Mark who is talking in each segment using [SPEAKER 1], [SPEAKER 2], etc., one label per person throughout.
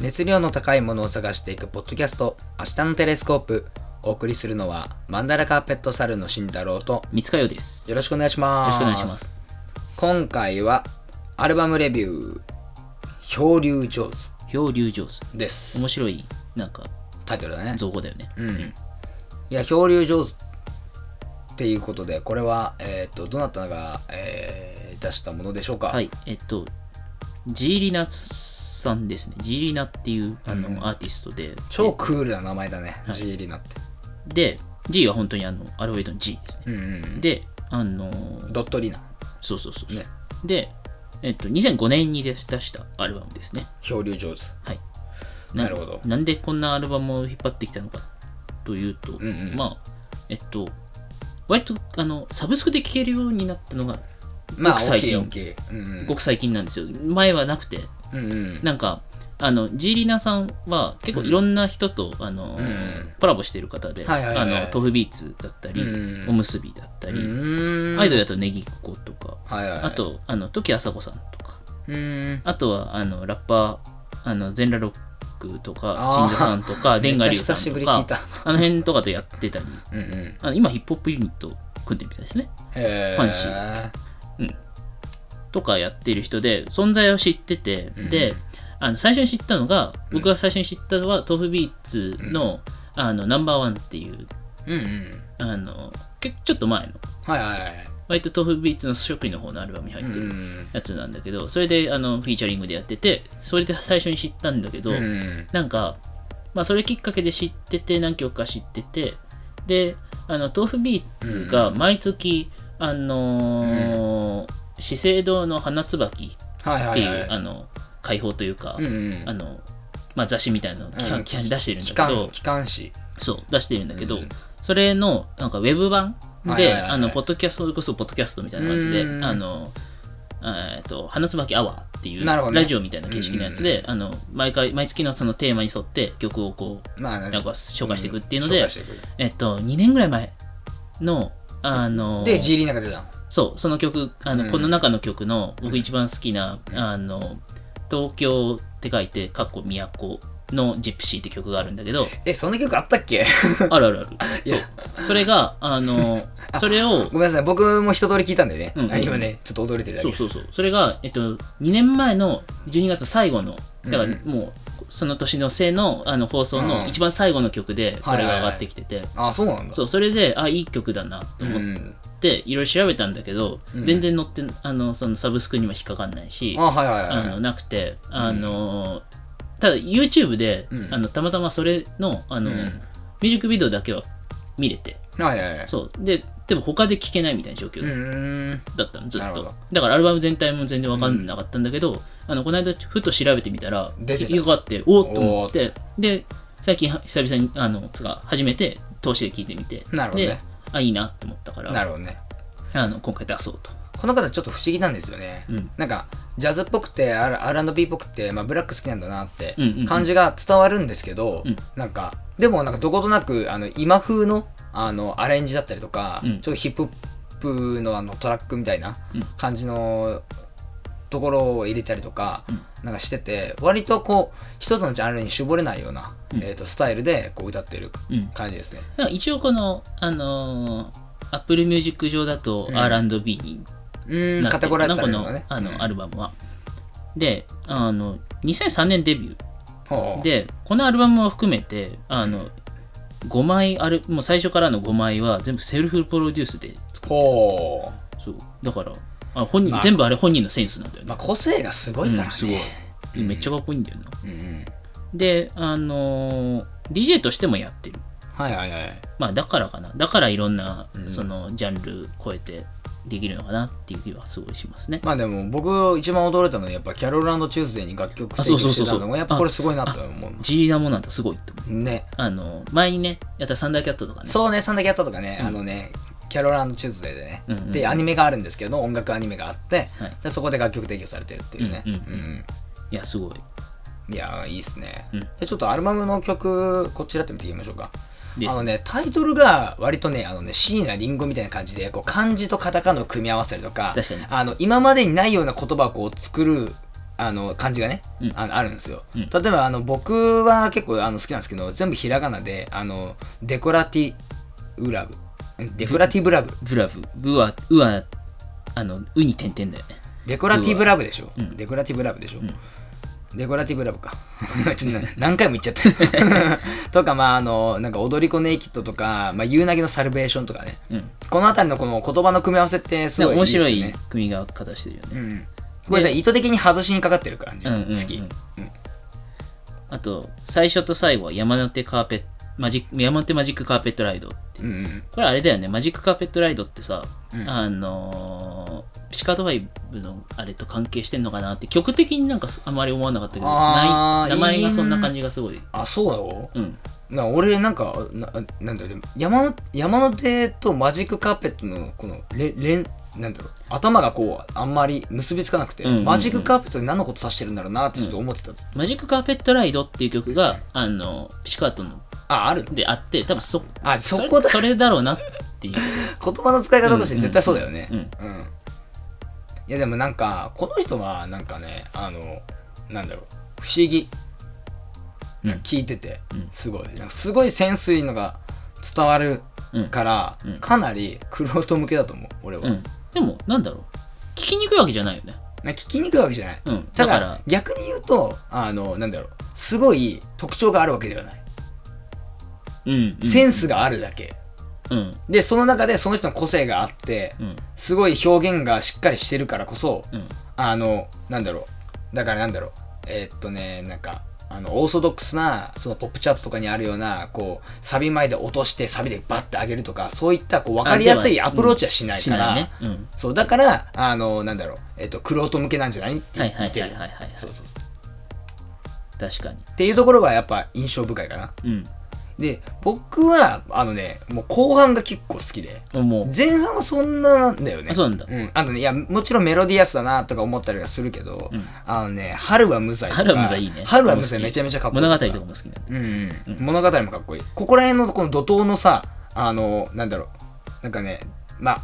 [SPEAKER 1] 熱量の高いものを探していくポッドキャスト「明日のテレスコープ」お送りするのはマンダラカーペットサルの慎太郎と
[SPEAKER 2] 三塚洋です。
[SPEAKER 1] よ
[SPEAKER 2] よ
[SPEAKER 1] ろしくお願いしま
[SPEAKER 2] ろ
[SPEAKER 1] す
[SPEAKER 2] しくお願いします。
[SPEAKER 1] 今回はアルバムレビュー「漂流上手
[SPEAKER 2] 漂流上手。」
[SPEAKER 1] です
[SPEAKER 2] 面白い、なんか、
[SPEAKER 1] タイトルだね
[SPEAKER 2] 造語だよね。
[SPEAKER 1] うん、いや漂流上手っていうことでこれは、えー、とどなたが、えー出したものでしょうか、
[SPEAKER 2] はい、えっと、ジーリナさんですね。ジーリナっていうあの、アーティストで、
[SPEAKER 1] 超クールな名前だね、
[SPEAKER 2] はい
[SPEAKER 1] ジーリナって、
[SPEAKER 2] で、G は本当にあの、アルファベットの G ですね。
[SPEAKER 1] うんうん、
[SPEAKER 2] で、あのー
[SPEAKER 1] ドットリナ
[SPEAKER 2] そうそうそうそう、
[SPEAKER 1] ね
[SPEAKER 2] で、えっと、2005年に出したアルバムですね。
[SPEAKER 1] 漂流上手
[SPEAKER 2] はい。
[SPEAKER 1] なるほど
[SPEAKER 2] なんでこんなアルバムを引っ張ってきたのかというと、
[SPEAKER 1] んうん
[SPEAKER 2] まあ、えっと、割とあのサブスクで聴けるようになったのが、
[SPEAKER 1] まあ
[SPEAKER 2] ごく
[SPEAKER 1] 大
[SPEAKER 2] 最
[SPEAKER 1] きい
[SPEAKER 2] 近
[SPEAKER 1] 大きいうんうん
[SPEAKER 2] ごく最近なんですよ。前はなくて、
[SPEAKER 1] うんうん
[SPEAKER 2] なんか、あのジーリナさんは結構いろんな人と、あの
[SPEAKER 1] うんうん
[SPEAKER 2] コラボしてる方で、
[SPEAKER 1] はいはいはいはい
[SPEAKER 2] あのトフビーツだったり、
[SPEAKER 1] うんうん
[SPEAKER 2] おむすびだったり、
[SPEAKER 1] うん
[SPEAKER 2] アイドルだとネギっ子とか、
[SPEAKER 1] はいはい
[SPEAKER 2] あとあの時あさこさんとか、
[SPEAKER 1] うん
[SPEAKER 2] あとはあのラッパーあの全裸ロックとか
[SPEAKER 1] あー
[SPEAKER 2] 陳者さんとか
[SPEAKER 1] め
[SPEAKER 2] デ
[SPEAKER 1] っ
[SPEAKER 2] ン
[SPEAKER 1] ち
[SPEAKER 2] ガ
[SPEAKER 1] ゃ
[SPEAKER 2] リュウさ
[SPEAKER 1] 久し
[SPEAKER 2] ん
[SPEAKER 1] ぶ
[SPEAKER 2] と
[SPEAKER 1] り聞い
[SPEAKER 2] か
[SPEAKER 1] た
[SPEAKER 2] あの辺とかとやってたり
[SPEAKER 1] うんうん
[SPEAKER 2] あの今ヒップホップユニット組んでるみたいですね
[SPEAKER 1] へ
[SPEAKER 2] ファンシ
[SPEAKER 1] ー
[SPEAKER 2] とかやってる人で存在を知ってて、
[SPEAKER 1] うん
[SPEAKER 2] であの最初に知ったのが
[SPEAKER 1] うん
[SPEAKER 2] 僕が最初に知ったのは、トーフビーツの,、あのナンバーワンっていう
[SPEAKER 1] うんうん
[SPEAKER 2] あのけちょっと前の
[SPEAKER 1] はいはいはい
[SPEAKER 2] 割とトーフビーツの初期の方のアルバムに入
[SPEAKER 1] う
[SPEAKER 2] っ
[SPEAKER 1] ん
[SPEAKER 2] て
[SPEAKER 1] う
[SPEAKER 2] る
[SPEAKER 1] ん
[SPEAKER 2] やつなんだけど、それであのフィーチャリングでやっててそれで最初に知ったんだけど、
[SPEAKER 1] うんうん
[SPEAKER 2] なんか、まあ、それきっかけで知ってて何曲か知っててであの豆腐ビーツが毎月、あのー資生堂の花椿
[SPEAKER 1] はい
[SPEAKER 2] っ
[SPEAKER 1] は
[SPEAKER 2] てい、
[SPEAKER 1] いうはい
[SPEAKER 2] あの解放というか、
[SPEAKER 1] うんうん
[SPEAKER 2] あのまあ、雑誌みたいなのを期
[SPEAKER 1] うん
[SPEAKER 2] 間期間に出してるん
[SPEAKER 1] 機
[SPEAKER 2] だけ
[SPEAKER 1] 関
[SPEAKER 2] ど
[SPEAKER 1] 機関誌
[SPEAKER 2] そう出してるんだけど、
[SPEAKER 1] うん
[SPEAKER 2] それのなんかウェブ版
[SPEAKER 1] はいはい
[SPEAKER 2] で
[SPEAKER 1] はいはい
[SPEAKER 2] あのポッドキャストそれこそポッドキャストみたいな感じで、
[SPEAKER 1] うん
[SPEAKER 2] あのえー、と花椿アワーっていう
[SPEAKER 1] なるほどね
[SPEAKER 2] ラジオみたいな形式のやつで、あの毎回毎月のそのテーマに沿って曲をこう
[SPEAKER 1] まあな
[SPEAKER 2] なんか紹介していくっていうの
[SPEAKER 1] 紹
[SPEAKER 2] で、
[SPEAKER 1] 介していく
[SPEAKER 2] えっと、2年ぐらい前の、あの、
[SPEAKER 1] でジーリナが出たの
[SPEAKER 2] そう、その曲、あの、
[SPEAKER 1] うん
[SPEAKER 2] この中の曲の僕一番好きな、
[SPEAKER 1] うん
[SPEAKER 2] あの、東京って書いて、かっこ都のジプシーって曲があるんだけど、
[SPEAKER 1] えそんな曲あったっけ
[SPEAKER 2] あるあるある。
[SPEAKER 1] い
[SPEAKER 2] そ
[SPEAKER 1] や
[SPEAKER 2] う。それが、あ の、それを、
[SPEAKER 1] ごめんなさい僕も一通り聞いたんでね
[SPEAKER 2] うんうん
[SPEAKER 1] 今ねちょっと驚いてるだけ
[SPEAKER 2] そう
[SPEAKER 1] です
[SPEAKER 2] そうそう。それが、えっと、2年前の12月最後の、だから
[SPEAKER 1] うんうん
[SPEAKER 2] もう、その年のせいのあの放送
[SPEAKER 1] う
[SPEAKER 2] の
[SPEAKER 1] ん
[SPEAKER 2] 一番最後の曲で、これが上がってきてて、
[SPEAKER 1] あそうなんだ
[SPEAKER 2] そう、それで、あ、いい曲だなと
[SPEAKER 1] うんう
[SPEAKER 2] 思って
[SPEAKER 1] ん
[SPEAKER 2] でいろいろ調べたんだけど、
[SPEAKER 1] うん
[SPEAKER 2] 全然載ってあのそのサブスクにも引っかかんないし
[SPEAKER 1] あはいはい
[SPEAKER 2] あ
[SPEAKER 1] はい
[SPEAKER 2] のなくてあの、ただ YouTube で、
[SPEAKER 1] うん
[SPEAKER 2] あのたまたまそれのあの、
[SPEAKER 1] うん
[SPEAKER 2] ミュージックビデオだけは見れて
[SPEAKER 1] はいはいはい
[SPEAKER 2] そうででも他で聴けないみたいな状況
[SPEAKER 1] うん
[SPEAKER 2] だったのず
[SPEAKER 1] な
[SPEAKER 2] っ
[SPEAKER 1] るほど
[SPEAKER 2] とだからアルバム全体も全然分かんなかったんだけど、あのこの間ふと調べてみたら
[SPEAKER 1] 出てた
[SPEAKER 2] よかっておおっと思ってで最近は久々にあのつか初めて通しで聴いてみて
[SPEAKER 1] なるほどね
[SPEAKER 2] であいいなって思ったから
[SPEAKER 1] なるほどね
[SPEAKER 2] あの今回出そうと。
[SPEAKER 1] この方ちょっと不思議なんですよね、
[SPEAKER 2] うん
[SPEAKER 1] なんかジャズっぽくて R- R&B っぽくて、まあ、ブラック好きなんだなって
[SPEAKER 2] うんうんうん
[SPEAKER 1] 感じが伝わるんですけど、
[SPEAKER 2] うん
[SPEAKER 1] なんかでもなんかどことなくあの今風のあのアレンジだったりとか、
[SPEAKER 2] うん
[SPEAKER 1] ちょっとヒップホップのあのトラックみたいな
[SPEAKER 2] うん
[SPEAKER 1] 感じのところを入れたりとか、
[SPEAKER 2] うん
[SPEAKER 1] なんかしてて割とこう一つのジャンルに絞れないような、
[SPEAKER 2] うん
[SPEAKER 1] えー、とスタイルでこう歌ってる
[SPEAKER 2] うん
[SPEAKER 1] 感じですね。
[SPEAKER 2] なんか一応この、あのー、Apple Music 上だと
[SPEAKER 1] うん
[SPEAKER 2] R&B に
[SPEAKER 1] うん
[SPEAKER 2] なって
[SPEAKER 1] カテ
[SPEAKER 2] る
[SPEAKER 1] ゴライズ
[SPEAKER 2] な
[SPEAKER 1] さ
[SPEAKER 2] こ
[SPEAKER 1] れるの
[SPEAKER 2] の
[SPEAKER 1] がね。
[SPEAKER 2] あ
[SPEAKER 1] う
[SPEAKER 2] の
[SPEAKER 1] ん
[SPEAKER 2] アルバムは。で、あの、2003年デビュ
[SPEAKER 1] ほ
[SPEAKER 2] ー。
[SPEAKER 1] う
[SPEAKER 2] で、このアルバムを含めて、あの、5枚ある、もう最初からの5枚は全部セルフプロデュースで、
[SPEAKER 1] ほ
[SPEAKER 2] そう、だから、あ本人、
[SPEAKER 1] まあ
[SPEAKER 2] 全部あれ本人のセンスなんだよ
[SPEAKER 1] う、
[SPEAKER 2] ね
[SPEAKER 1] まあ、。個性がすごいからね。
[SPEAKER 2] うんすごいめっちゃかっこいいんだよな。
[SPEAKER 1] うんうん
[SPEAKER 2] で、あのー、DJ としてもやってる。
[SPEAKER 1] はいはいはい。
[SPEAKER 2] まあだからかな。だからいろんな
[SPEAKER 1] うん
[SPEAKER 2] そのジャンル超えてできるのかなっていう気はすごいしますね。
[SPEAKER 1] まあでも僕一番驚いたのはやっぱキャロルチューズデーに楽曲
[SPEAKER 2] あ
[SPEAKER 1] 提
[SPEAKER 2] そ
[SPEAKER 1] 供
[SPEAKER 2] うそう
[SPEAKER 1] し
[SPEAKER 2] そう
[SPEAKER 1] てた
[SPEAKER 2] そう
[SPEAKER 1] のもやっぱこれすごいなと思います。
[SPEAKER 2] ジーリナもなんだすごいと思う。
[SPEAKER 1] ね。
[SPEAKER 2] あの、前にね、やったサンダーキャットとかね。
[SPEAKER 1] そうね、サンダーキャットとかね、
[SPEAKER 2] うん
[SPEAKER 1] あのね、キャロルチューズデーでね、
[SPEAKER 2] うんうん
[SPEAKER 1] で、アニメがあるんですけど、音楽アニメがあって、
[SPEAKER 2] はい
[SPEAKER 1] でそこで楽曲提供されてるっていうね。
[SPEAKER 2] うんうん
[SPEAKER 1] うん
[SPEAKER 2] いや、すごい。
[SPEAKER 1] いやー、いいっすね、
[SPEAKER 2] うん
[SPEAKER 1] で、ちょっとアルバムの曲、こっちらって見ていきましょうか。
[SPEAKER 2] で
[SPEAKER 1] あの
[SPEAKER 2] す。
[SPEAKER 1] ね、タイトルが割とね、あのね、椎名林檎みたいな感じで、こう漢字とカタカナを組み合わせたりとか、
[SPEAKER 2] 確かに
[SPEAKER 1] あの今までにないような言葉をこう作るあの漢字がね、
[SPEAKER 2] うん
[SPEAKER 1] あのあるんですよ、
[SPEAKER 2] うん
[SPEAKER 1] 例えばあの僕は結構あの好きなんですけど全部ひらがなであのデコラティブラブんデコラティブラブ
[SPEAKER 2] ブラブ、ブは、うは、あの、うに点々だよね。
[SPEAKER 1] デコラティブラブでしょ、
[SPEAKER 2] うん
[SPEAKER 1] デコラティブラブでしょ、
[SPEAKER 2] ん
[SPEAKER 1] デコラティブラブか ちょっとな何回も言っちゃっ たとかまああのなんか踊り子ネイキッドとか、まあ、夕凪のサルベーションとかね
[SPEAKER 2] うん。
[SPEAKER 1] この辺りのこの言葉の組み合わせってす
[SPEAKER 2] な
[SPEAKER 1] ご
[SPEAKER 2] んか
[SPEAKER 1] い
[SPEAKER 2] 面白
[SPEAKER 1] いいで
[SPEAKER 2] い
[SPEAKER 1] すよね
[SPEAKER 2] 組み合わせ方してるよね。
[SPEAKER 1] うん、これだから意図的に外しにかかってる感じ、
[SPEAKER 2] うんうんうん
[SPEAKER 1] 好き、
[SPEAKER 2] うんあと、最初と最後は山手カーペット、マジック、山手マジックカーペットライド。
[SPEAKER 1] うんうん
[SPEAKER 2] これあれだよね、マジックカーペットライドってさ、
[SPEAKER 1] うん
[SPEAKER 2] あのー、ピシカート5のあれと関係してんのかなって、曲的になんかあんまり思わなかったけど、
[SPEAKER 1] あー
[SPEAKER 2] ない名前がそんな感じがすごい。
[SPEAKER 1] あそうだろ
[SPEAKER 2] うん。
[SPEAKER 1] な俺なんかななんだろうね山山手とマジックカーペットのこのれれんなんだろう頭がこうあんまり結びつかなくて、
[SPEAKER 2] うんうんうん
[SPEAKER 1] マジックカーペットで何のこと指してるんだろうなってちょっと思ってた、
[SPEAKER 2] マジックカーペットライドっていう曲が、あの、ピシカートの
[SPEAKER 1] ああるの
[SPEAKER 2] であって、多分そ、
[SPEAKER 1] あそこだ
[SPEAKER 2] それそれだろうなっていう。
[SPEAKER 1] 言葉の使い方として絶対そうだよね
[SPEAKER 2] うん
[SPEAKER 1] うん、いやでもなんかこの人はなんかねあのなんだろう不思議
[SPEAKER 2] うん
[SPEAKER 1] 聞いてて
[SPEAKER 2] うん
[SPEAKER 1] すごいなんかすごいセンスいいのが伝わる
[SPEAKER 2] うん。
[SPEAKER 1] から、
[SPEAKER 2] うん
[SPEAKER 1] かなりクロート向けだと思う俺は、
[SPEAKER 2] うん。でも、なんだろう。聞きにくいわけじゃないよね。
[SPEAKER 1] な聞きにくいわけじゃない、
[SPEAKER 2] うん。
[SPEAKER 1] た
[SPEAKER 2] だ
[SPEAKER 1] だ
[SPEAKER 2] から、
[SPEAKER 1] 逆に言うとあのなんだろうすごい特徴があるわけではない、
[SPEAKER 2] うん。
[SPEAKER 1] セン
[SPEAKER 2] ス。
[SPEAKER 1] スがあるだけ
[SPEAKER 2] うん。
[SPEAKER 1] でその中でその人の個性があって
[SPEAKER 2] うん。
[SPEAKER 1] すごい表現がしっかりしてるからこそ
[SPEAKER 2] うん。
[SPEAKER 1] あのなんだろうだからなんだろうえーっとねなんかあのオーソドックスなそのポップチャットとかにあるようなこうサビ前で落としてサビでバッて上げるとかそういったこう分かりやすいアプローチはしない
[SPEAKER 2] し
[SPEAKER 1] から、
[SPEAKER 2] ないね。うん。
[SPEAKER 1] そうだからあのなんだろうえーっとクロート向けなんじゃないって
[SPEAKER 2] は
[SPEAKER 1] 言
[SPEAKER 2] いはい
[SPEAKER 1] っ
[SPEAKER 2] は
[SPEAKER 1] て
[SPEAKER 2] い
[SPEAKER 1] る、
[SPEAKER 2] はいはいはい。
[SPEAKER 1] そうそうそう
[SPEAKER 2] 確かに。
[SPEAKER 1] っていうところがやっぱ印象深いかな
[SPEAKER 2] うん。
[SPEAKER 1] で僕はあのねもう後半が結構好きで
[SPEAKER 2] 思う。
[SPEAKER 1] 前半はそんななんだよね
[SPEAKER 2] あそうなんだ
[SPEAKER 1] うん、あのねいやもちろんメロディアスだなとか思ったりはするけど、
[SPEAKER 2] うん
[SPEAKER 1] あのね春は無罪とか
[SPEAKER 2] 春は無罪いいね
[SPEAKER 1] 春は無罪めちゃめちゃかっこいい
[SPEAKER 2] 物語とかも好きなの。
[SPEAKER 1] うん、うん物語もかっこいいここら辺のこの怒涛のさあのなんだろうなんかねまあ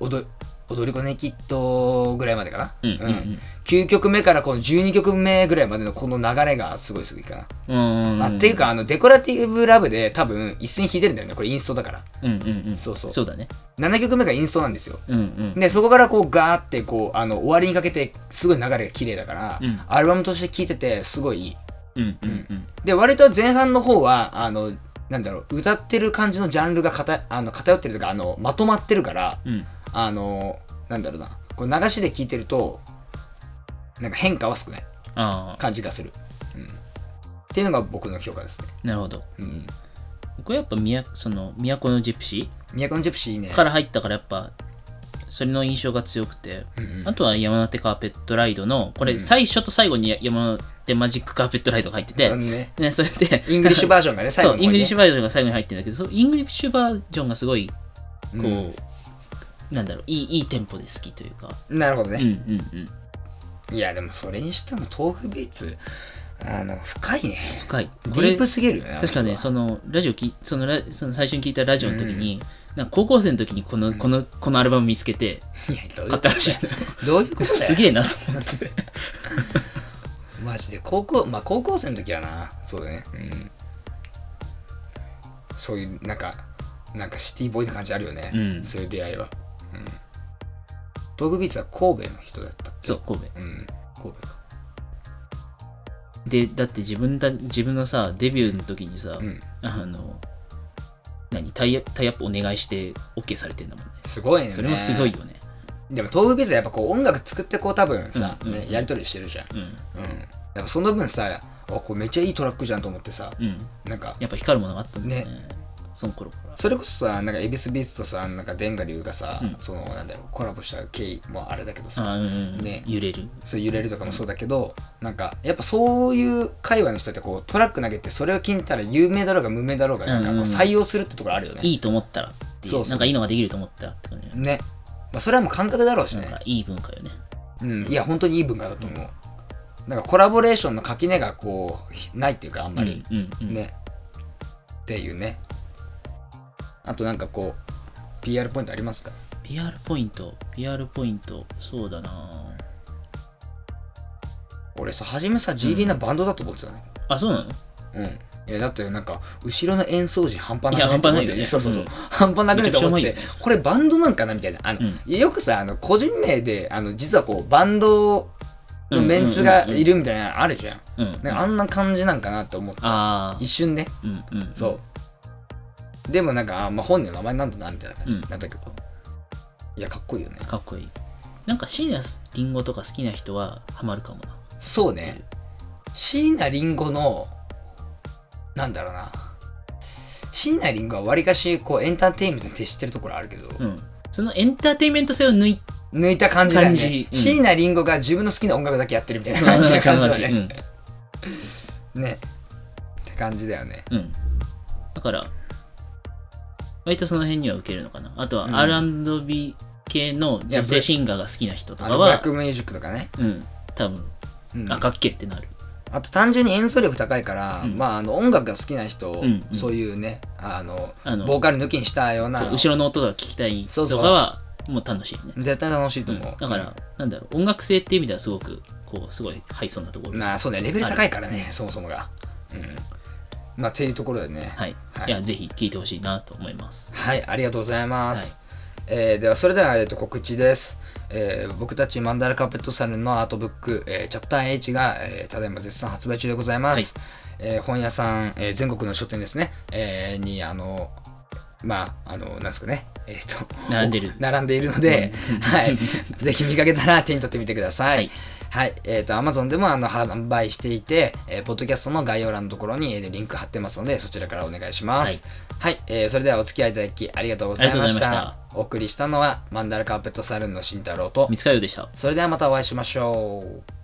[SPEAKER 1] 踊踊り子ねきっとぐらいまでかな、
[SPEAKER 2] うんうんうん
[SPEAKER 1] 9曲目からこの12曲目ぐらいまでのこの流れがすごい好きかな、
[SPEAKER 2] うんうん。
[SPEAKER 1] あっていうかあのデコラティブラブで多分一線引いてるんだよねこれインストだから
[SPEAKER 2] うんうんうん。
[SPEAKER 1] そうそう
[SPEAKER 2] そうだね。
[SPEAKER 1] 7曲目がインストなんですよ
[SPEAKER 2] うんうん。
[SPEAKER 1] でそこからこうガーってこうあの終わりにかけてすごい流れが綺麗だから、
[SPEAKER 2] うん
[SPEAKER 1] アルバムとして聴いててすごいいい
[SPEAKER 2] うんうんうん。
[SPEAKER 1] で割と前半の方はあのなんだろう歌ってる感じのジャンルがかたあの偏ってるというかあのまとまってるから
[SPEAKER 2] うん。
[SPEAKER 1] あのなんだろうなこう流しで聴いてるとなんか変化は少ない
[SPEAKER 2] ああ、
[SPEAKER 1] 感じがする、うん、っていうのが僕の評価ですね、
[SPEAKER 2] なるほど。
[SPEAKER 1] うん、
[SPEAKER 2] 僕はやっぱみや、その、都のジプシ
[SPEAKER 1] 都のジェプシーいいね
[SPEAKER 2] ーから入ったからやっぱ、それの印象が強くて。
[SPEAKER 1] うんうん
[SPEAKER 2] あとは山手カーペットライドの、こ
[SPEAKER 1] うん
[SPEAKER 2] れ最初と最後に山手マジックカーペットライドが入ってて
[SPEAKER 1] あの、ね
[SPEAKER 2] ね、それで、
[SPEAKER 1] イングリッシュバージョンがね最後
[SPEAKER 2] そう、
[SPEAKER 1] の
[SPEAKER 2] イングリッシュ
[SPEAKER 1] ュ
[SPEAKER 2] バージョンが最後に入ってるんだけど、そのイングリッシュバージョンがすごい、こう、
[SPEAKER 1] こ
[SPEAKER 2] なんだろう、いい、いいテンポで好きというか。
[SPEAKER 1] うなるほど
[SPEAKER 2] うん
[SPEAKER 1] ね、
[SPEAKER 2] うんうん。
[SPEAKER 1] いやでもそれにしても豆腐ビーツあの深いね
[SPEAKER 2] 深い。
[SPEAKER 1] デ
[SPEAKER 2] これ
[SPEAKER 1] ィープすぎるよね
[SPEAKER 2] 確かね、
[SPEAKER 1] そ
[SPEAKER 2] その、ラジオき、そのラ、その最初に聞いたラジオの時に、なんか高校生の時にこの、この、このアルバム見つけて、
[SPEAKER 1] いやどういう
[SPEAKER 2] 買
[SPEAKER 1] こ
[SPEAKER 2] った
[SPEAKER 1] と
[SPEAKER 2] ら しいのよ。
[SPEAKER 1] どういうことだよ
[SPEAKER 2] すげえなと 思って。
[SPEAKER 1] マジで高校まあ高校生の時はなそうだねうんそういうなんかなんかシティボーイな感じあるよね、
[SPEAKER 2] うん
[SPEAKER 1] そういう出会いはうんドッグビーツは神戸の人だった
[SPEAKER 2] そう、神戸。
[SPEAKER 1] うん神戸か
[SPEAKER 2] で、だって自分だ、自分のさ、デビューの時にさ、
[SPEAKER 1] うん
[SPEAKER 2] あの、何タイアタイアップお願いして OK されてんだもんね。
[SPEAKER 1] すごいね
[SPEAKER 2] それもすごいよね。
[SPEAKER 1] でも豆腐ビーツはやっぱこう音楽作ってこう多分さ、
[SPEAKER 2] うんうん
[SPEAKER 1] ね、やり取りしてるじゃん
[SPEAKER 2] うん。
[SPEAKER 1] うんだからその分さあこれめっちゃいいトラックじゃんと思ってさ
[SPEAKER 2] うん。
[SPEAKER 1] なんか
[SPEAKER 2] やっぱ光るものがあったんだよね。その頃から。
[SPEAKER 1] それこそさなんかエビスビーツとさなんかデンガリュウがさ、
[SPEAKER 2] うん
[SPEAKER 1] そのなんだろうコラボした経緯もあれだけどさ、
[SPEAKER 2] あうん、
[SPEAKER 1] ね
[SPEAKER 2] 揺れる。
[SPEAKER 1] そう揺れるとかもそうだけど、なんかやっぱそういう界隈の人ってこうトラック投げてそれを聞いたら有名だろうが無名だろうがなんかこう
[SPEAKER 2] うんうんうん
[SPEAKER 1] 採用するってところあるよね。
[SPEAKER 2] いいと思ったらっていう
[SPEAKER 1] そうそう
[SPEAKER 2] なんかいいのができると思ったらって感じだよね
[SPEAKER 1] ね。まあ、それはもう感覚だろうし
[SPEAKER 2] なん
[SPEAKER 1] ね
[SPEAKER 2] か。いい文化よね。
[SPEAKER 1] うん、いや本当にいい文化だと思う。なんかコラボレーションの垣根がこうひないっていうかあんまり、
[SPEAKER 2] うんうんうん、
[SPEAKER 1] ね。っていうね。あとなんかこう PR ポイントありますか
[SPEAKER 2] PR ポイント、PR ポイント、そうだな
[SPEAKER 1] 俺さ初めさ G リーなバンドだと思ってたね
[SPEAKER 2] あ、そうなの
[SPEAKER 1] うん、いやだってなんか後ろの演奏時半端なく
[SPEAKER 2] いや半端ないよ
[SPEAKER 1] と思っ
[SPEAKER 2] ね
[SPEAKER 1] てそうそうそう、
[SPEAKER 2] うん
[SPEAKER 1] 半端なくないと思って
[SPEAKER 2] めちゃ
[SPEAKER 1] て
[SPEAKER 2] く
[SPEAKER 1] これバンドなんかなみたいなあの、
[SPEAKER 2] うん
[SPEAKER 1] よくさあの個人名であの実はこうバンドのメンツがいるみたいなのあるじゃん,、
[SPEAKER 2] うん。
[SPEAKER 1] なんかあんな感じなんかなって思って
[SPEAKER 2] あ
[SPEAKER 1] 一瞬ね
[SPEAKER 2] ーうんうん。
[SPEAKER 1] そう、でもなんかあ、まあ、本人の名前なんだなみたいな感じ
[SPEAKER 2] うん
[SPEAKER 1] なんだけど、いやかっこいいよね
[SPEAKER 2] かっこいい。なんか、椎名林檎とか好きな人はハマるかもな。
[SPEAKER 1] そうね椎名林檎のなんだろうな椎名林檎はわりかしこうエンターテインメントに徹してるところあるけど、
[SPEAKER 2] うん。そのエンターテインメント性を抜い
[SPEAKER 1] 抜いた感じだよ
[SPEAKER 2] 感
[SPEAKER 1] ね
[SPEAKER 2] じうん
[SPEAKER 1] 椎名林檎が自分の好きな音楽だけやってるみたいな 感じな感じだ
[SPEAKER 2] う
[SPEAKER 1] ね,、
[SPEAKER 2] ん。
[SPEAKER 1] ねって感じだよね
[SPEAKER 2] うん。だから、割とその辺には受けるのかな。あと
[SPEAKER 1] うん
[SPEAKER 2] は R&B 系の女性シンガーが好きな人と
[SPEAKER 1] あ
[SPEAKER 2] か
[SPEAKER 1] のブラッ
[SPEAKER 2] は、
[SPEAKER 1] クミュージックとかね、
[SPEAKER 2] うん、多分、
[SPEAKER 1] うん
[SPEAKER 2] あ、かっけってなる。
[SPEAKER 1] あと単純に演奏力高いから、
[SPEAKER 2] うん
[SPEAKER 1] まあ、あの音楽が好きな人、
[SPEAKER 2] うんうん
[SPEAKER 1] そういうねあの
[SPEAKER 2] あの
[SPEAKER 1] ボーカル抜きにしたような
[SPEAKER 2] そう後ろの音が聞きたい
[SPEAKER 1] そう
[SPEAKER 2] と
[SPEAKER 1] そう
[SPEAKER 2] かは、もう楽しいよね。
[SPEAKER 1] 絶対楽しいと
[SPEAKER 2] うん
[SPEAKER 1] 思う、
[SPEAKER 2] だから、なんだろう、音楽性っていう意味ではすごく、こう、すごいハイソンなところ。
[SPEAKER 1] まあそうねレベル高いからね、そもそもがうんまあっていうところでね
[SPEAKER 2] はい。
[SPEAKER 1] はい
[SPEAKER 2] いや、ぜひ聞いてほしいなと思います。
[SPEAKER 1] はい、ありがとうございます。えーでは、それでは、えー、と告知です、えー僕たちマンダラカーペットサルンのアートブック、えーチャプター H が、えーただいま絶賛発売中でございます。えー本屋さん、えー全国の書店ですね、えーに、あの、まあ、あの、なんですかね、えーと、
[SPEAKER 2] 並んでる
[SPEAKER 1] 並んでいるので、はい、ぜひ見かけたら手に取ってみてください。
[SPEAKER 2] はい
[SPEAKER 1] はい、えっ、と、Amazon でもあの販売していて、えーポッドキャストの概要欄のところに、えーリンク貼ってますので、そちらからお願いします。はい、えーそれではお付き合いいただきありがとうございました。
[SPEAKER 2] ありがとうございま
[SPEAKER 1] お送りしたのは、マンダラカーペットサルンの慎太郎と、
[SPEAKER 2] 三塚洋でした。
[SPEAKER 1] それではまたお会いしましょう。